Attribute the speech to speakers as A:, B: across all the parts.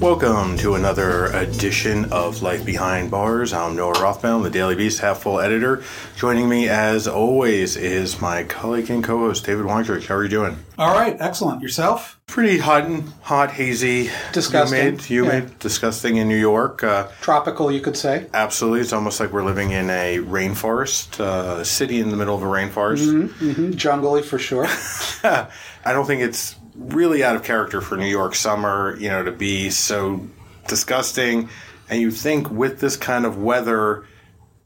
A: Welcome to another edition of Life Behind Bars. I'm Noah Rothbaum, the Daily Beast Half Full editor. Joining me, as always, is my colleague and co-host David Weinrich. How are you doing?
B: All right, excellent. Yourself?
A: Pretty hot and hot, hazy,
B: Disgusting.
A: humid, humid,
B: Yeah.
A: disgusting in New York. Uh,
B: Tropical, you could say.
A: absolutely, it's almost like we're living in a rainforest, uh, city in the middle of a rainforest.
B: Mm, Jungly for sure.
A: I don't think it's really out of character for New York summer, you know, to be so disgusting. And you think with this kind of weather,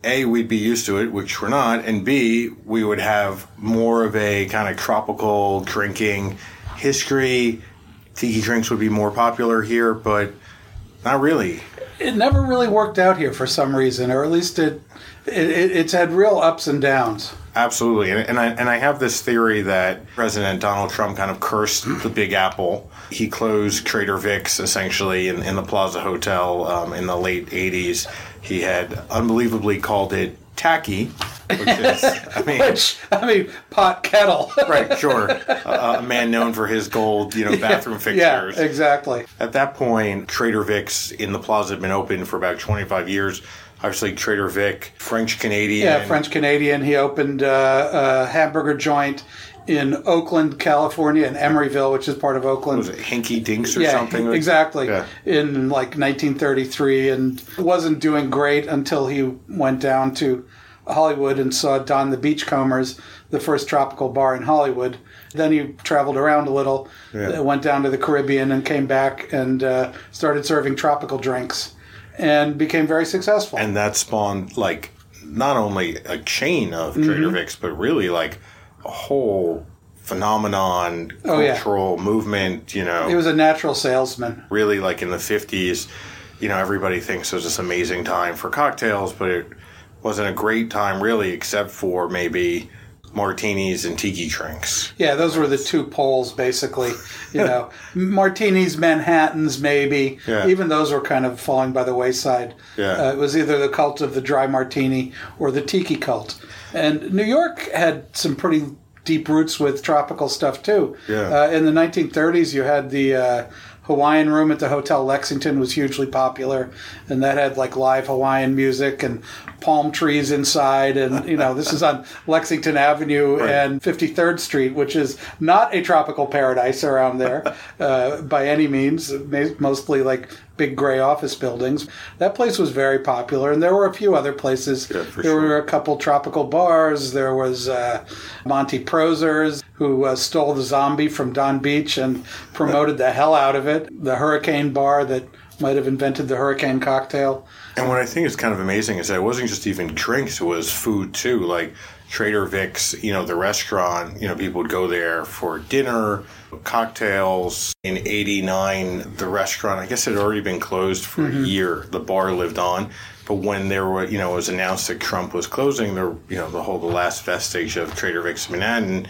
A: A, we'd be used to it, which we're not, and B, we would have more of a kind of tropical drinking history. Tiki drinks would be more popular here, but not really.
B: it never really worked out here for some reason, or at least it, it, it it's had real ups and downs.
A: Absolutely, and, and I and I have this theory that President Donald Trump kind of cursed the Big Apple. He closed Trader Vic's essentially in, in the Plaza Hotel um, in the late '80s. He had unbelievably called it tacky, which is, I mean,
B: Which I mean, pot kettle.
A: right, sure, uh, a man known for his gold, you know, bathroom
B: yeah,
A: fixtures.
B: exactly.
A: At that point, Trader Vic's in the Plaza had been open for about 25 years. Obviously, Trader Vic, French Canadian,
B: Yeah, French Canadian. He opened uh, a hamburger joint in Oakland, California, in Emeryville, which is part of Oakland.
A: was it Hinky Dinks or
B: yeah,
A: something?
B: exactly.
A: Yeah.
B: In like 1933, and wasn't doing great until he went down to Hollywood and saw Don the Beachcombers, the first tropical bar in Hollywood. Then he traveled around a little, uh, went down to the Caribbean, and came back and uh, started serving tropical drinks, and became very successful.
A: and that spawned like not only a chain of
B: Mm-hmm.
A: Trader Vic's, but really like a whole phenomenon,
B: Oh, yeah.
A: cultural movement. You know,
B: he was a natural salesman.
A: really like in the fifties. You know, everybody thinks there's this amazing time for cocktails, but it wasn't a great time really, except for maybe martinis and tiki drinks.
B: Yeah, those were the two poles, basically. You know, martinis, Manhattans, maybe.
A: Yeah.
B: Even those were kind of falling by the wayside.
A: Yeah.
B: Uh, it was either the cult of the dry martini or the tiki cult. And New York had some pretty deep roots with tropical stuff, too.
A: Yeah.
B: Uh, in the 1930s, you had the. Uh, Hawaiian room at the Hotel Lexington was hugely popular, and that had like live Hawaiian music and palm trees inside. And you know, this is on Lexington Avenue and 53rd Street, which is not a tropical paradise around there uh, by any means, ma- mostly like big gray office buildings. That place was very popular, and there were a few other places.
A: for
B: there
A: sure.
B: were a couple tropical bars. There was uh, Monty Proser's, who uh, stole the zombie from Don Beach and promoted the hell out of it. The Hurricane Bar that might have invented the hurricane cocktail.
A: And what I think is kind of amazing is that it wasn't just even drinks; it was food too. Like Trader Vic's, you know, the restaurant. You know, people would go there for dinner, cocktails. In '89, the restaurant, I guess, had already been closed for a year. The bar lived on, but when there were, you know, it was announced that Trump was closing, the you know, the whole the last vestige of Trader Vic's Manhattan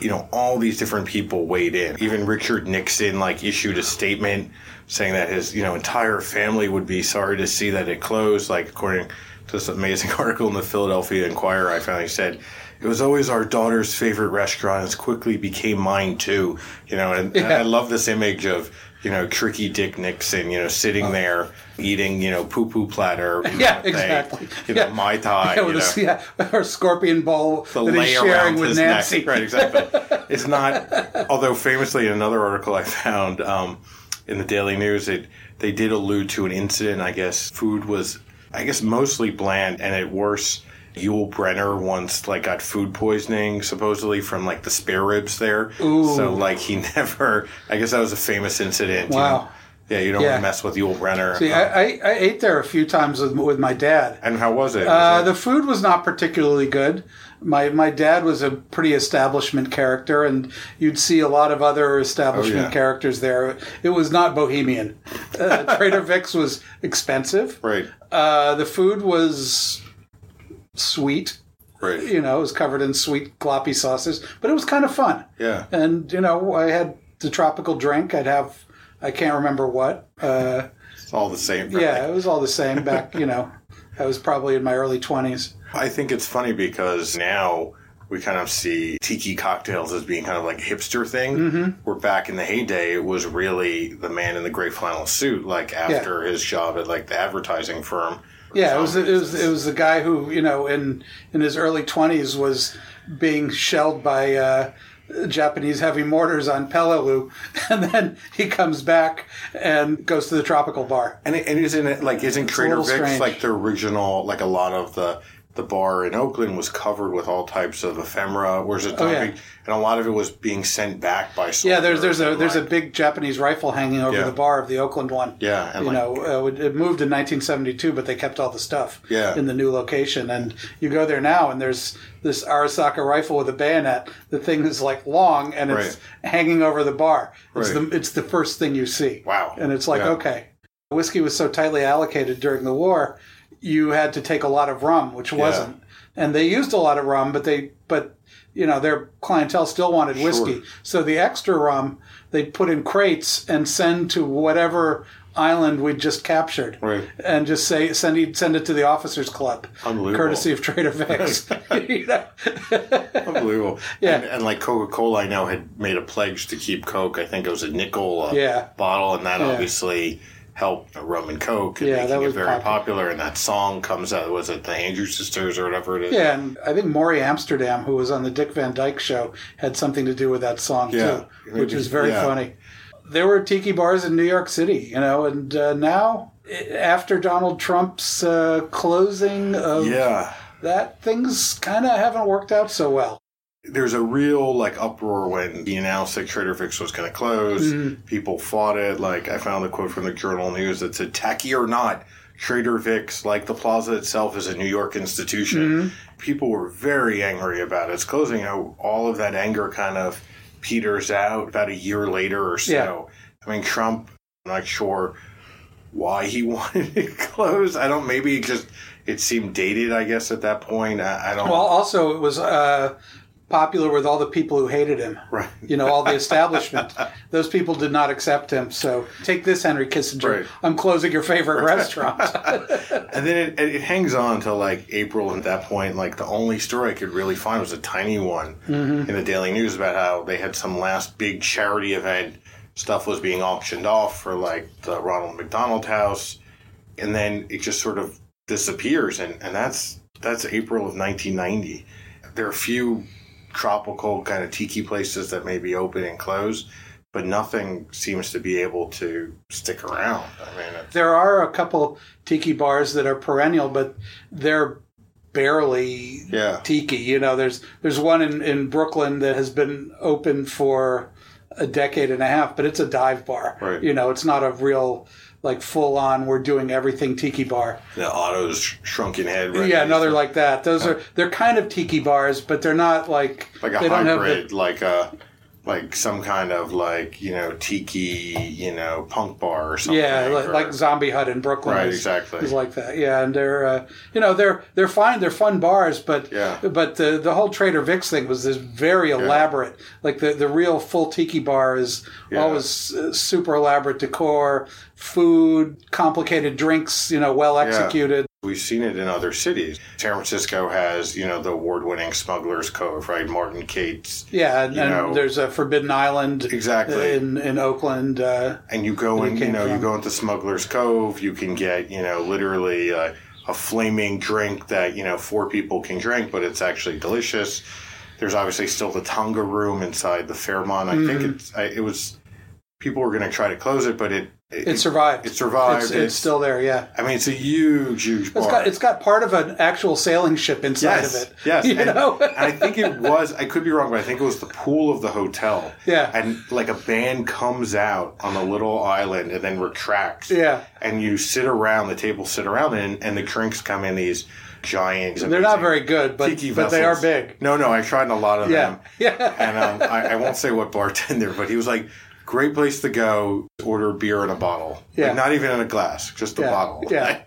A: you know, all these different people weighed in. Even Richard Nixon, like, issued a statement saying that his, you know, entire family would be sorry to see that it closed. Like, according to this amazing article in the Philadelphia Inquirer, I found he said, it was always our daughter's favorite restaurant. It quickly became mine, too. You know, and, and I love this image of, you know, tricky Dick Nixon, you know, sitting there eating, you know, poo poo platter. you
B: Oh. Yeah,
A: know, thing,
B: exactly.
A: You know,
B: Yeah.
A: Mai Tai.
B: Yeah,
A: you
B: with
A: know
B: a- yeah, or scorpion bowl
A: Uh, the
B: that he's
A: lay around
B: sharing with
A: his
B: Nancy.
A: neck. Right, exactly. it's not. Although famously, in another article I found um, in the Daily News, it they did allude to an incident. I guess food was, I guess, mostly bland, and at worst. Yul Brenner once like got food poisoning supposedly from like the spare ribs there. So like he never I guess that was a famous incident. you
B: Wow.
A: know. Yeah, you don't
B: Yeah.
A: want to mess with Yul Brenner.
B: See,
A: Uh,
B: I, I, I ate there a few times with, with my dad.
A: and how was it? Was
B: Uh,
A: it-
B: the food was not particularly good. My my dad was a pretty establishment character, and you'd see a lot of other establishment
A: Oh, yeah.
B: characters there. It was not bohemian. Uh, Trader Vic's was expensive.
A: right,
B: Uh, the food was sweet.
A: right.
B: You know, it was covered in sweet gloppy sauces, but it was kind of fun.
A: Yeah.
B: And you know, I had the tropical drink. I'd have I can't remember what. Uh,
A: It's all the same. right?
B: yeah, it was all the same back. You know, I was probably in my early twenties.
A: I think it's funny because now we kind of see tiki cocktails as being kind of like a hipster thing.
B: Mm-hmm.
A: Where back in the heyday, it was really the man in the gray flannel suit, like after his job at like the advertising firm.
B: Yeah, it was it was it was the guy who you know in in his early twenties was being shelled by uh, Japanese heavy mortars on Peleliu, and then he comes back and goes to the tropical bar.
A: And, it, and isn't it like isn't Trader
B: little
A: Vic's
B: strange.
A: like the original? Like a lot of the the bar in Oakland was covered with all types of ephemera. Where's it?
B: Oh, yeah.
A: And a lot of it was being sent back by.
B: Yeah, there's
A: soldiers
B: there's a
A: and,
B: there's a
A: like-
B: big Japanese rifle hanging over
A: Yeah.
B: the bar of the Oakland one.
A: Yeah, and
B: you
A: like-
B: know, uh, it moved in 1972, but they kept all the stuff.
A: Yeah.
B: in the new location, and you go there now, and there's this Arasaka rifle with a bayonet. The thing is like long, and it's hanging over the bar. It's
A: Right.
B: the it's the first thing you see.
A: Wow.
B: and it's like
A: Yeah.
B: okay, whiskey was so tightly allocated during the war, you had to take a lot of rum, which wasn't, and they used a lot of rum, but they but you know their clientele still wanted whiskey, so the extra rum they'd put in crates and send to whatever island we would just captured,
A: Right.
B: And just say send it send it to the officers' club,
A: Unbelievable.
B: courtesy of Trader Vic's. You know?
A: Unbelievable.
B: Yeah.
A: And, and like Coca Cola, I know, had made a pledge to keep Coke. I think it was a nickel a
B: Yeah.
A: bottle, and that obviously helped Rum and Coke and
B: Yeah,
A: making
B: that
A: it
B: was
A: very
B: popular.
A: popular. And that song comes out, was it the Andrew Sisters or whatever it is?
B: Yeah, and I think Maury Amsterdam, who was on the Dick Van Dyke show, had something to do with that song
A: Yeah.
B: too, which is very
A: Yeah.
B: funny. There were tiki bars in New York City, you know, and uh, now i- after Donald Trump's uh, closing of
A: Yeah.
B: that, things kind of haven't worked out so well.
A: There's a real like uproar when he announced that Trader Vic's was going to close. People fought it. Like I found a quote from the Journal News that said, "Tacky or not, Trader Vic's, like the plaza itself, is a New York institution." People were very angry about its closing. How all of that anger kind of peters out about a year later or so. I mean, Trump. I'm not sure why he wanted it closed. I don't. Maybe it just it seemed dated. I guess at that point, I, I don't.
B: Well, also it was uh, popular with all the people who hated him.
A: Right.
B: You know, all the establishment. Those people did not accept him. So take this, Henry Kissinger.
A: Right.
B: I'm closing your favorite restaurant.
A: And then it, it hangs on till like April. At that point, like the only story I could really find was a tiny one in the Daily News about how they had some last big charity event. Stuff was being auctioned off for like the Ronald McDonald House, and then it just sort of disappears. And, and that's that's April of 1990. There are a few tropical kind of tiki places that may be open and close, but nothing seems to be able to stick around. I mean, it,
B: there are a couple tiki bars that are perennial, but they're barely
A: yeah,
B: tiki. You know, there's there's one in, in Brooklyn that has been open for a decade and a half, but it's a dive bar.
A: Right.
B: You know, it's not a real like full on we're doing everything tiki bar.
A: the Otto's sh- shrunken head. right?
B: Yeah, another like that. Those are they're kind of tiki bars, but they're not like
A: like a
B: they don't have the-
A: hybrid, like a like some kind of like you know tiki, you know punk bar or something.
B: yeah, like,
A: or-
B: like Zombie Hut in Brooklyn.
A: Right,
B: is-
A: exactly.
B: Is like that. Yeah, and they're uh, you know they're they're fine. They're fun bars, but
A: Yeah.
B: but the the whole Trader Vic's thing was this very elaborate. Like the the real full tiki bar is always uh, super elaborate decor, food, complicated drinks. You know, well executed.
A: we've seen it in other cities. San Francisco has you know the award-winning Smuggler's Cove, right? Martin Cates,
B: Yeah, and, and
A: know.
B: there's a Forbidden Island uh,
A: Exactly.
B: in in Oakland. Uh,
A: and you go and you
B: came
A: know you
B: from.
A: go into Smuggler's Cove, you can get you know literally a, a flaming drink that you know four people can drink, but it's actually delicious. There's obviously still the
B: Mm.
A: Tonga Room inside the Fairmont. I think it's I, it was people were going to try to close it, but it
B: It survived.
A: It survived.
B: It's, it's still there. Yeah.
A: I mean, it's a huge, huge bar.
B: It's got, it's got part of an actual sailing ship inside
A: yes,
B: of it.
A: Yes,
B: You
A: and,
B: know?
A: and I think it was. I could be wrong, but I think it was the pool of the hotel.
B: Yeah.
A: and like a band comes out on a little island and then retracts.
B: Yeah.
A: and you sit around the tables, sit around, and and the drinks come in these giant.
B: They're not very good, but,
A: Tiki
B: but they are
A: vessels.
B: big.
A: No, no, I tried a lot of
B: Yeah.
A: them.
B: Yeah.
A: and um, I, I won't say what bartender, but he was like, "Great place to go. Order beer in a bottle.
B: Yeah.
A: like, not even in a glass, just a
B: Yeah.
A: bottle."
B: Yeah.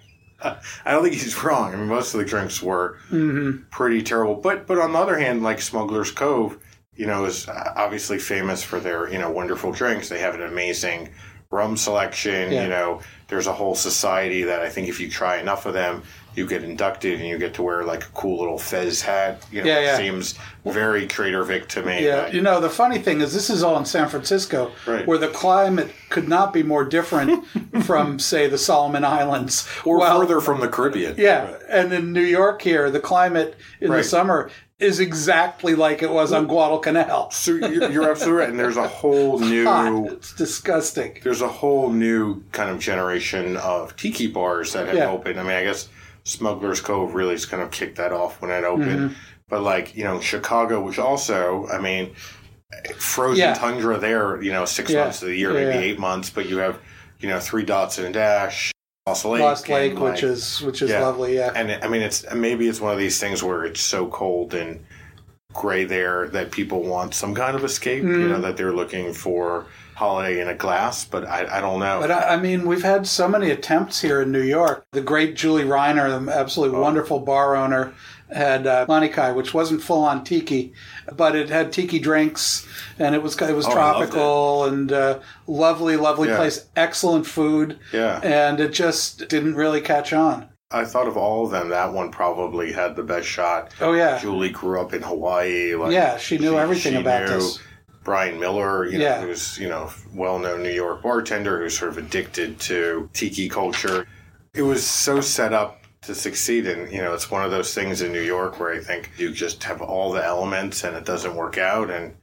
A: I don't think he's wrong. I mean, most of the drinks were
B: Mm-hmm.
A: pretty terrible. But but on the other hand, like Smuggler's Cove, you know, is uh, obviously famous for their you know wonderful drinks. They have an amazing rum selection.
B: Yeah.
A: You know, there's a whole society that I think if you try enough of them, you get inducted and you get to wear like a cool little fez hat. You know,
B: Yeah, yeah.
A: seems very Trader Vic to me.
B: Yeah,
A: Like,
B: you know the funny thing is this is all in San Francisco,
A: Right.
B: where the climate could not be more different from, say, the Solomon Islands
A: or
B: While-
A: further from the Caribbean.
B: Yeah, and in New York here, the climate in the
A: Right.
B: summer is exactly like it was on Guadalcanal.
A: So you're, you're absolutely right. And there's a whole new.
B: Hot. It's disgusting.
A: there's a whole new kind of generation of tiki bars that have
B: Yeah.
A: opened. I mean, I guess Smuggler's Cove really has kind of kicked that off when it
B: Mm-hmm.
A: opened. But like you know, Chicago, which also, I mean, frozen
B: Yeah.
A: tundra there. You know, six
B: Yeah.
A: months of the year,
B: Yeah,
A: maybe
B: yeah.
A: eight months, but you have you know three dots and a dash, Lost Lake,
B: Lost Lake,
A: and, like,
B: which is which is
A: yeah.
B: lovely. Yeah,
A: and I mean, it's maybe it's one of these things where it's so cold and gray there that people want some kind of escape.
B: Mm-hmm.
A: You know, that they're looking for holiday in a glass, but I, I don't know.
B: But I, I mean, we've had so many attempts here in New York. The great Julie Reiner, the absolutely
A: Oh.
B: wonderful bar owner, had uh, Lanikai, which wasn't full on tiki, but it had tiki drinks, and it was it was
A: Oh, I loved it.
B: tropical and uh, lovely, lovely
A: Yeah.
B: place, excellent food,
A: Yeah.
B: and it just didn't really catch on.
A: I thought of all of them, that one probably had the best shot.
B: Oh yeah,
A: Julie grew up in Hawaii. Like,
B: yeah, she knew everything
A: she
B: about
A: knew
B: this.
A: Brian Miller, you know,
B: Yeah.
A: who's you know well-known New York bartender who's sort of addicted to tiki culture. It was so set up to succeed, and you know, it's one of those things in New York where I think you just have all the elements, and it doesn't work out, and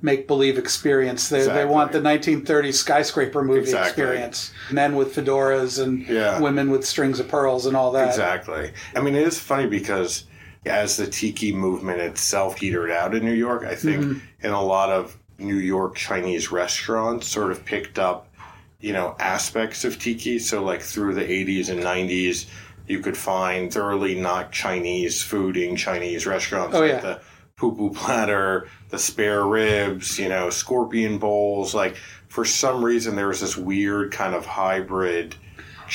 B: make believe experience. They, they
A: Exactly.
B: want the 1930s skyscraper movie
A: Exactly.
B: experience. Men with fedoras and
A: Yeah.
B: women with strings of pearls and all that.
A: Exactly. I mean, it is funny because as the tiki movement itself petered out in New York, I think
B: Mm-hmm.
A: in a lot of New York Chinese restaurants sort of picked up, you know, aspects of tiki. So, like through the 80s and 90s, you could find thoroughly not Chinese food in Chinese restaurants.
B: Oh,
A: like
B: yeah.
A: The poo poo platter, the spare ribs, you know, scorpion bowls. Like, for some reason, there was this weird kind of hybrid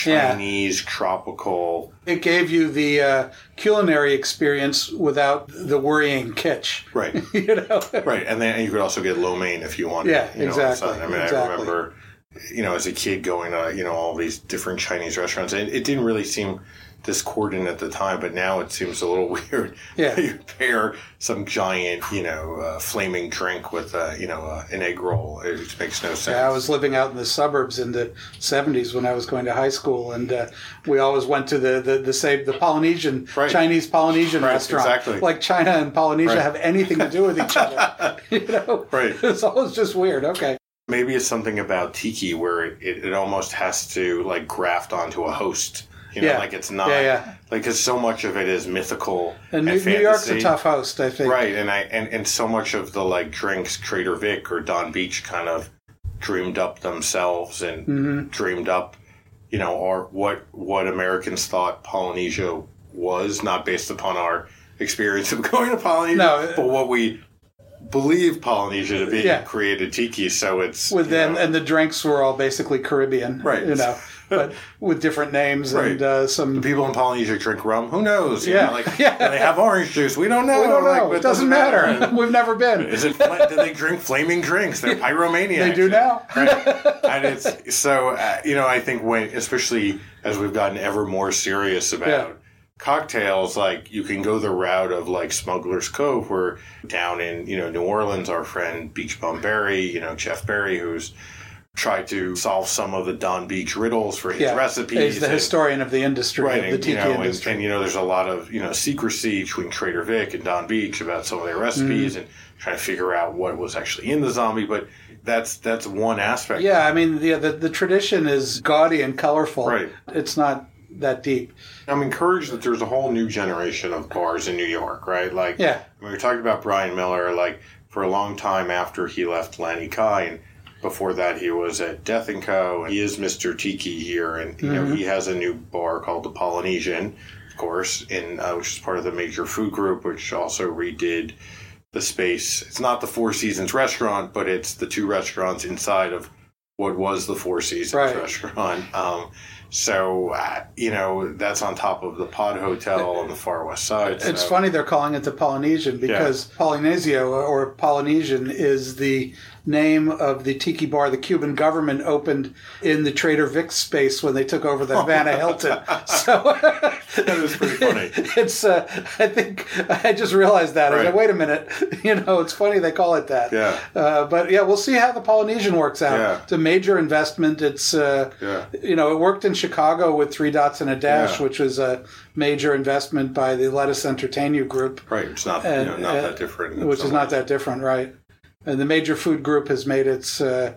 B: Yeah.
A: Chinese tropical.
B: It gave you the uh, culinary experience without the worrying kitsch.
A: Right.
B: You know,
A: Right, and then and you could also get lo mein if you wanted.
B: Yeah,
A: you know,
B: exactly,
A: it's not- I mean, I
B: exactly.
A: remember, you know, as a kid going to you know all these different Chinese restaurants, and it didn't really seem discordant at the time, but now it seems a little weird.
B: Yeah.
A: you pair some giant, you know, uh, flaming drink with uh, you know uh, an egg roll. It just makes no sense.
B: Yeah, I was living out in the suburbs in the '70s when I was going to high school, and uh, we always went to the the, the same the Polynesian
A: Right.
B: Chinese Polynesian restaurant.
A: exactly.
B: Like China and Polynesia
A: Right.
B: have anything to do with each other. you know,
A: Right.
B: It's always just weird. Okay,
A: Maybe it's something about tiki where it, it, it almost has to like graft onto a host. You know,
B: Yeah.
A: like it's not
B: Yeah, yeah.
A: like because so much of it is mythical
B: and New, New York's a
A: fantasy.
B: tough host, I think.
A: right and i and, and so much of the like drinks trader vic or don beach kind of dreamed up themselves and
B: Mm-hmm.
A: dreamed up you know our what what americans thought polynesia was not based upon our experience of going to polynesia
B: No.
A: but what we believe polynesia to be
B: Yeah.
A: created tiki so it's
B: With
A: you
B: them,
A: know,
B: and the drinks were all basically Caribbean,
A: Right.
B: You know, but with different names and
A: Right.
B: uh, some.
A: People in Polynesia drink rum. Who knows? You
B: Yeah.
A: know, like
B: Yeah.
A: do they have orange juice. We don't know.
B: I don't
A: Like,
B: know.
A: but
B: it doesn't matter. We've never been.
A: Is it? fla- do they drink flaming drinks? They're pyromaniacs.
B: They do now.
A: Right. And it's so uh, you know I think when especially as we've gotten ever more serious about
B: Yeah.
A: cocktails, like you can go the route of like Smuggler's Cove, where down in you know New Orleans, our friend Beach Bum Berry, you know Jeff Berry, who's tried to solve some of the Don Beach riddles for his
B: Yeah,
A: recipes.
B: he's the
A: and-
B: historian of the industry,
A: Right,
B: of the
A: and, you
B: tiki
A: know, and,
B: industry.
A: and, you know, there's a lot of you know secrecy between Trader Vic and Don Beach about some of their recipes
B: Mm.
A: and trying to figure out what was actually in the zombie. But that's that's one aspect.
B: Yeah, I mean the, the the tradition is gaudy and colorful.
A: Right.
B: It's not that deep.
A: I'm encouraged that there's a whole new generation of bars in New York, right? Like,
B: Yeah.
A: when we were talking about Brian Miller, like for a long time after he left Lanny Kai, and before that he was at Death and Co. And he is Mr. Tiki here, and you know he
B: Mm-hmm.
A: has a new bar called the Polynesian, of course, in uh, which is part of the major food group, which also redid the space. It's not the Four Seasons restaurant, but it's the two restaurants inside of what was the Four Seasons
B: Right.
A: restaurant. Um, so uh, you know that's on top of the Pod Hotel on the Far West Side.
B: It's
A: so-
B: funny they're calling it the Polynesian because Polynesia or Polynesian is the name of the tiki bar the Cuban government opened in the Trader Vic's space when they took over the Havana Hilton. So
A: That is pretty funny.
B: it's uh, I think I just realized that. I
A: Right.
B: go, wait a minute, you know, it's funny they call it that.
A: Yeah.
B: Uh, but yeah, we'll see how the Polynesian works out.
A: Yeah.
B: It's a major investment. It's uh,
A: Yeah.
B: you know, it worked in Chicago with Three Dots and a Dash,
A: Yeah.
B: which was a major investment by the Let Us Entertain You group,
A: Right, it's not
B: And,
A: you know, not
B: uh,
A: that different. in
B: which
A: some
B: is not
A: ways.
B: that different, right? And the major food group has made its. Uh,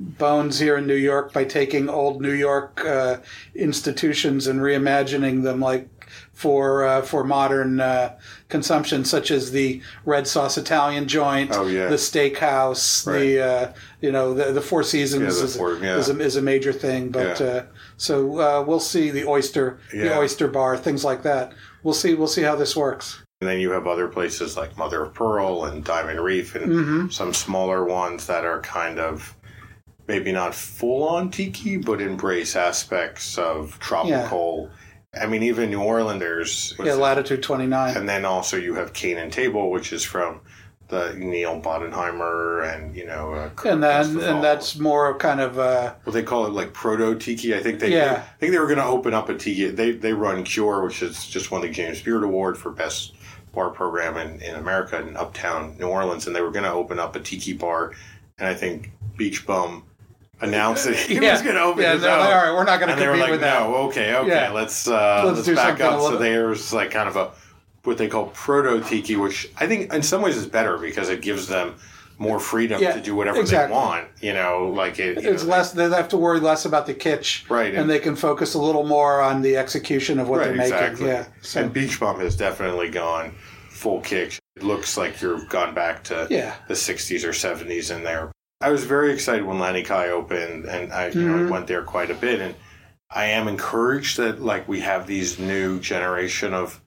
B: Bones here in New York by taking old New York uh, institutions and reimagining them like for uh, for modern uh, consumption, such as the red sauce Italian joint,
A: Oh, yeah.
B: the steakhouse, the uh, you know the, the Four Seasons
A: Yeah, the
B: is,
A: Four- yeah.
B: is, a, is a major thing. But
A: Yeah.
B: uh, so uh, we'll see the oyster, the
A: Yeah.
B: oyster bar, things like that. We'll see. We'll see how this works.
A: And then you have other places like Mother of Pearl and Diamond Reef, and
B: Mm-hmm.
A: some smaller ones that are kind of maybe not full on tiki, but embrace aspects of tropical. I mean, even New Orleans.
B: Yeah, latitude twenty nine.
A: and then also you have Cane and Table, which is from the Neil Bodenheimer and you know. Uh, Kurt
B: And then,
A: Christopher.
B: and that's more kind of uh,
A: Well, they call it like proto tiki. I think they,
B: Yeah.
A: I think they were going to open up a tiki. They they run Cure, which is just won the James Beard Award for best bar program in, in America in Uptown New Orleans, and they were going to open up a tiki bar, and I think Beach Bum announced that he was going to open.
B: Yeah,
A: his
B: they're
A: own.
B: like, all right, we're not going to
A: And they were
B: compete
A: like,
B: with that.
A: no, okay, okay,
B: Yeah.
A: let's uh,
B: Let's
A: let's,
B: do
A: back
B: something a
A: up. So
B: little-
A: there's like kind of a what they call proto tiki, which I think in some ways is better because it gives them more freedom
B: Yeah,
A: to do whatever
B: exactly.
A: they want. You know, like it, you
B: it's
A: know,
B: less they have to worry less about the kitsch
A: Right,
B: and,
A: and-
B: they can focus a little more on the execution of what
A: Right,
B: they're making
A: exactly.
B: yeah so
A: And Beach Bum has definitely gone full kick. It looks like you've gone back to
B: Yeah.
A: the 60s or 70s in there. I was very excited when Lanny Kai opened, and I you
B: Mm-hmm.
A: know, I went there quite a bit. And I am encouraged that like we have these new generation of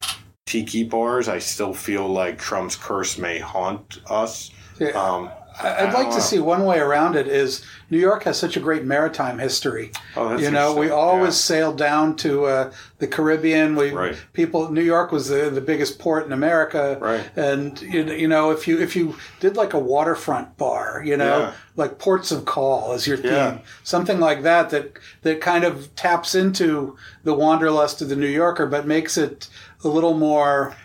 A: tiki bars. I still feel like Trump's curse may haunt us.
B: Yeah.
A: Um,
B: I- I'd like
A: Oh,
B: to
A: wow.
B: see one way around it is New York has such a great maritime history.
A: Oh, that's
B: you know, we
A: interesting.
B: always
A: Yeah.
B: sailed down to uh, the Caribbean. We
A: Right.
B: people New York was the, the biggest port in America.
A: Right.
B: And you, you know, if you if you did like a waterfront bar, you know,
A: Yeah.
B: like ports of call is your theme,
A: Yeah.
B: something like that that that kind of taps into the wanderlust of the New Yorker, but makes it a little more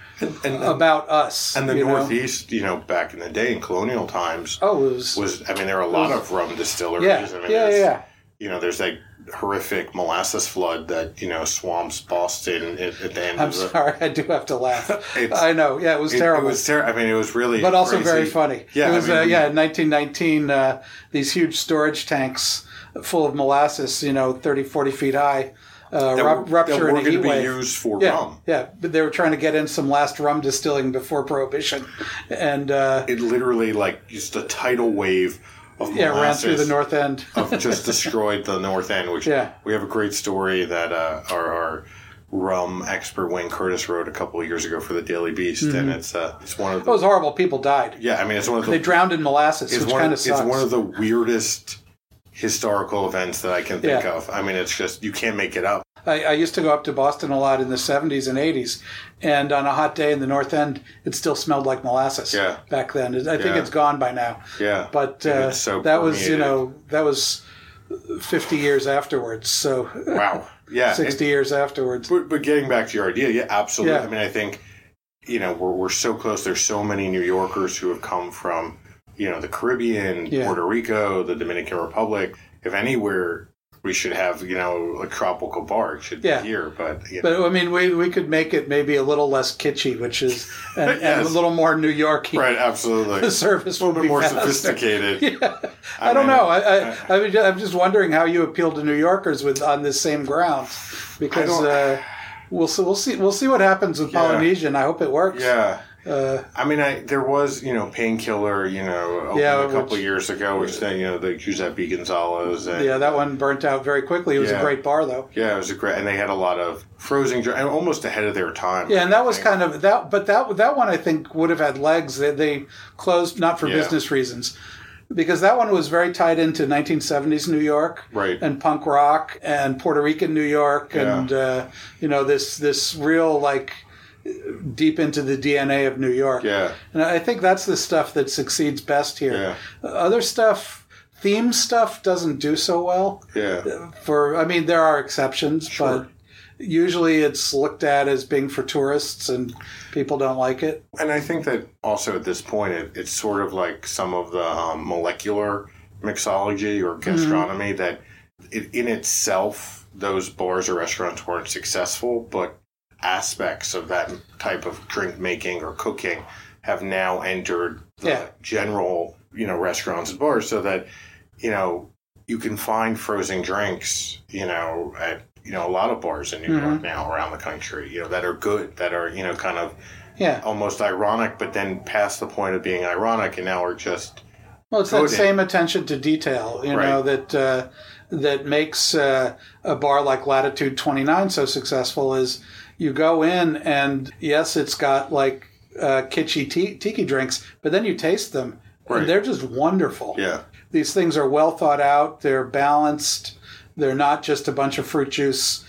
A: and-
B: about us.
A: And the
B: you know?
A: Northeast, you know, back in the day in colonial times,
B: Oh, it was,
A: was I mean, there are a lot of rum distilleries.
B: yeah,
A: I mean,
B: yeah,
A: there's-
B: yeah.
A: You know, there's that horrific molasses flood that you know swamps Boston at, at the end
B: I'm
A: of the.
B: sorry, I do have to laugh.
A: It's-
B: I know, yeah, it was
A: It,
B: terrible,
A: it was terrible. I mean, it was really,
B: but also
A: crazy.
B: very funny.
A: Yeah,
B: it
A: I
B: was
A: mean,
B: uh, yeah, in 1919, uh, these huge storage tanks full of molasses, you know, 30, 40 feet high, uh,
A: that
B: rup-
A: were-
B: rupture
A: that
B: in a
A: were
B: heat
A: going to be
B: wave.
A: used for
B: yeah,
A: rum.
B: yeah, but they were trying to get in some last rum distilling before prohibition, and uh,
A: It literally like just a tidal wave of
B: yeah, it ran
A: molasses
B: through the north end.
A: of just destroyed the north end. Which
B: Yeah.
A: we have a great story that uh, our, our rum expert Wayne Curtis wrote a couple of years ago for the Daily Beast,
B: Mm-hmm.
A: and it's uh, it's one of
B: It
A: the
B: was horrible. People died.
A: yeah, I mean, it's one of the
B: They drowned in molasses,
A: it's
B: which
A: one
B: kind
A: of,
B: of
A: it's
B: sucks.
A: one of the weirdest historical events that I can think
B: Yeah.
A: of. I mean, it's just you can't make it up.
B: I, I used to go up to Boston a lot in the 70s and 80s, and on a hot day in the North End, it still smelled like molasses.
A: Yeah.
B: Back then, I think
A: Yeah.
B: it's gone by now.
A: Yeah,
B: But
A: And
B: uh,
A: it's so
B: that was, you
A: permeated.
B: know, that was 50 years afterwards. So
A: wow, yeah,
B: 60
A: and-
B: years afterwards.
A: but, but getting back to your idea, yeah, absolutely.
B: Yeah.
A: I mean, I think you know we're we're so close. There's so many New Yorkers who have come from you know the Caribbean,
B: Yeah.
A: Puerto Rico, the Dominican Republic. If anywhere, we should have you know a tropical bar. It should
B: Yeah.
A: be here, but you know,
B: But I mean, we, we could make it maybe a little less kitschy, which is, and, and a
A: Yes.
B: little more New Yorky.
A: right, absolutely.
B: The service
A: a
B: will
A: little bit
B: be
A: more
B: faster.
A: sophisticated.
B: I, don't
A: mean, uh,
B: know. I, I, I, mean, I'm just wondering how you appeal to New Yorkers with on this same ground, because
A: I don't-
B: uh, we'll see, we'll see we'll see what happens with Polynesian. I hope it works.
A: Yeah.
B: Uh,
A: I mean, I there was you know painkiller you know opened
B: Yeah,
A: a couple
B: which-
A: years ago, which then you know the Giuseppe Gonzalez and
B: yeah. That one burnt out very quickly. It was a
A: Yeah.
B: great bar though.
A: yeah, it was a great and they had a lot of frozen dr- and almost ahead of their time.
B: Yeah, and that was
A: I think.
B: kind of that, but that that one I think would have had legs. They, they closed not for
A: Yeah.
B: business reasons, because that one was very tied into 1970s New York,
A: Right.
B: and punk rock and Puerto Rican New York,
A: Yeah.
B: and uh, you know this this real like deep into the DNA of New York.
A: yeah.
B: And I think that's the stuff that succeeds best here. Other stuff, theme stuff, doesn't do so well.
A: Yeah,
B: For I mean, there are exceptions,
A: Sure.
B: but usually it's looked at as being for tourists, and people don't like it.
A: and I think that also at this point, it, it's sort of like some of the um, molecular mixology or gastronomy that, it, in itself, those bars or restaurants weren't successful, but aspects of that type of drink making or cooking have now entered the
B: Yeah.
A: general, you know, restaurants and bars so that, you know, you can find frozen drinks, you know, at you know a lot of bars in New York now around the country, you know, that are good, that are you know kind of
B: Yeah.
A: almost ironic, but then past the point of being ironic, and now we're just
B: Well, it's that
A: Coding.
B: same attention to detail, you know,
A: Right.
B: that uh, that makes uh, a bar like Latitude Twenty Nine so successful. Is you go in and yes, it's got like uh, kitschy ti- tiki drinks, but then you taste them
A: Right.
B: and they're just wonderful.
A: yeah,
B: These things are well thought out. They're balanced. They're not just a bunch of fruit juice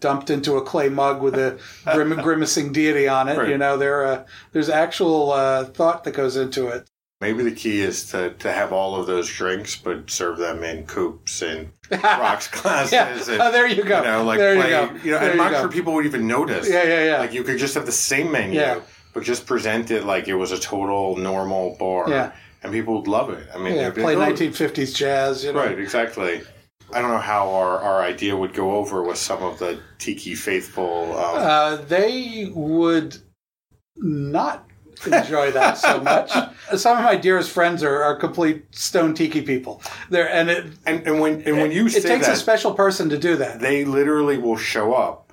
B: dumped into a clay mug with a grim, grimacing deity on it.
A: Right.
B: You know, there uh, there's actual uh, thought that goes into it.
A: maybe the key is to to have all of those drinks, but serve them in coops and rocks glasses.
B: Yeah.
A: and,
B: Oh, there you go.
A: You know, like
B: There you
A: play,
B: go.
A: you know,
B: There
A: I'm
B: you
A: not
B: go.
A: sure people would even notice.
B: Yeah, yeah, yeah.
A: Like you could just have the same menu,
B: Yeah.
A: but just present it like it was a total normal bar,
B: Yeah.
A: and people would love it. I mean,
B: Yeah,
A: they'd be
B: play
A: like, "Oh,
B: 1950s jazz. You know,
A: Right, exactly. I don't know how our, our idea would go over with some of the tiki faithful. Um,
B: uh, they would not enjoy that so much. Some of my dearest friends are, are complete stone tiki people. There, and it
A: and, and when and when you
B: it
A: say
B: takes
A: that,
B: a special person to do that.
A: they literally will show up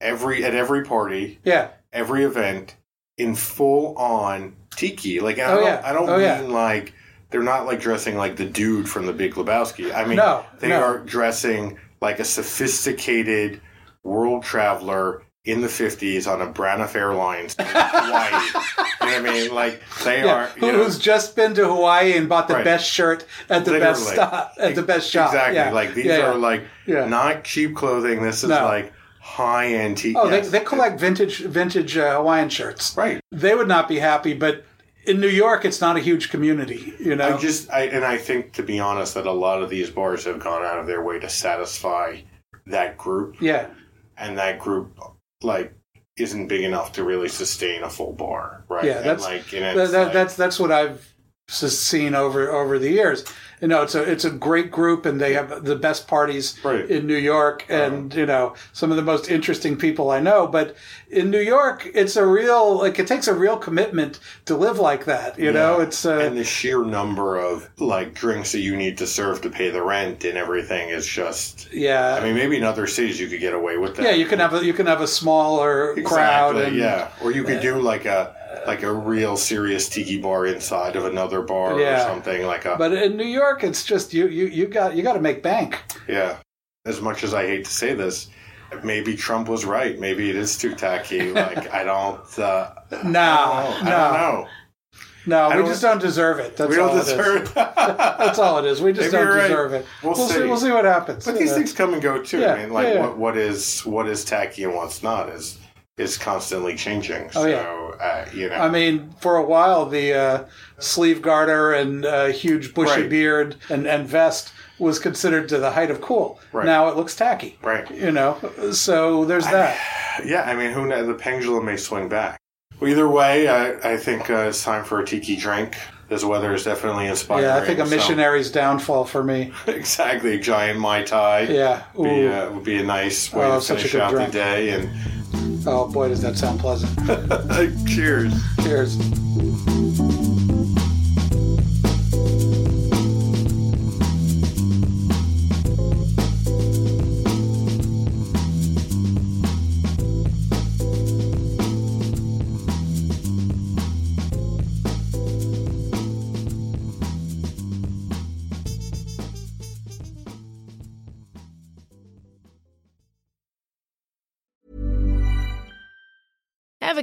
A: every at every party,
B: yeah.
A: every event in full on tiki. Like I
B: Oh,
A: don't,
B: yeah.
A: I don't
B: Oh,
A: mean
B: yeah.
A: like they're not like dressing like the dude from the Big Lebowski. I mean
B: No,
A: they
B: no.
A: are dressing like a sophisticated world traveler in the fifties on a Braniff Airlines in Hawaii. I mean, like they
B: Yeah,
A: are.
B: who-
A: You know,
B: who's just been to Hawaii and bought the
A: Right.
B: best shirt at the best
A: Literally.
B: stop at the best shop.
A: Exactly.
B: Yeah.
A: Like these
B: Yeah, yeah.
A: are like
B: Yeah.
A: not cheap clothing. This is
B: No.
A: like high end. Te-
B: Oh,
A: yes.
B: they, they collect vintage vintage uh, Hawaiian shirts.
A: right.
B: They would not be happy, but in New York, it's not a huge community. You
A: I
B: know,
A: just I and I think to be honest that a lot of these bars have gone out of their way to satisfy that group
B: yeah,
A: and that group like isn't big enough to really sustain a full bar, right?
B: Yeah,
A: and
B: that's-
A: like, and
B: that,
A: it's
B: that,
A: like-
B: that's that's what I've s- seen over over the years. You know, it's a it's a great group, and they have the best parties
A: Right. Uh-huh.
B: in New York, and you know some of the most interesting people I know. But in New York, it's a real like it takes a real commitment to live like that. You know,
A: Yeah.
B: it's uh,
A: and the sheer number of like drinks that you need to serve to pay the rent and everything is just.
B: yeah.
A: I mean, maybe in other cities you could get away with that.
B: yeah, you can have a you can have a smaller crowd
A: Exactly,
B: and uh,
A: yeah, or you could do like a like a real serious tiki bar inside of another bar
B: Yeah.
A: or something like a
B: But in New York, it's just you you you got you got to make bank.
A: yeah. As much as I hate to say this, maybe Trump was right. Maybe it is too tacky. Like I don't. Uh,
B: No,
A: Oh, I don't
B: no,
A: know.
B: no.
A: I
B: we
A: don't-
B: just don't deserve it. That's
A: we
B: all
A: don't
B: it is.
A: deserve.
B: That's all it is. We
A: Maybe
B: just don't
A: you're right.
B: deserve it.
A: We'll
B: see.
A: see.
B: We'll see what happens.
A: but
B: you
A: these
B: know.
A: things come and go too.
B: Yeah,
A: I mean, like
B: yeah, yeah.
A: what what is what is tacky and what's not is is constantly changing.
B: Oh,
A: so
B: yeah. Um,
A: uh, you know,
B: I mean, for a while, the uh, sleeve garter and uh, huge bushy
A: Right.
B: beard and, and vest was considered to the height of cool.
A: Right.
B: Now it looks tacky.
A: Right.
B: You know, so there's that.
A: yeah. I mean, who knows? The pendulum may swing back. Well, either way, I, I think uh, it's time for a tiki drink. This weather is definitely inspiring.
B: yeah, I think a
A: so-
B: missionary's downfall for me.
A: exactly, a giant mai tai.
B: Yeah.
A: Be,
B: Ooh.
A: uh, would be a nice way
B: Oh,
A: to
B: such a
A: finish
B: good
A: out
B: drink.
A: the day. And uh,
B: Oh boy, does that sound pleasant.
A: cheers.
B: Cheers.
C: Ever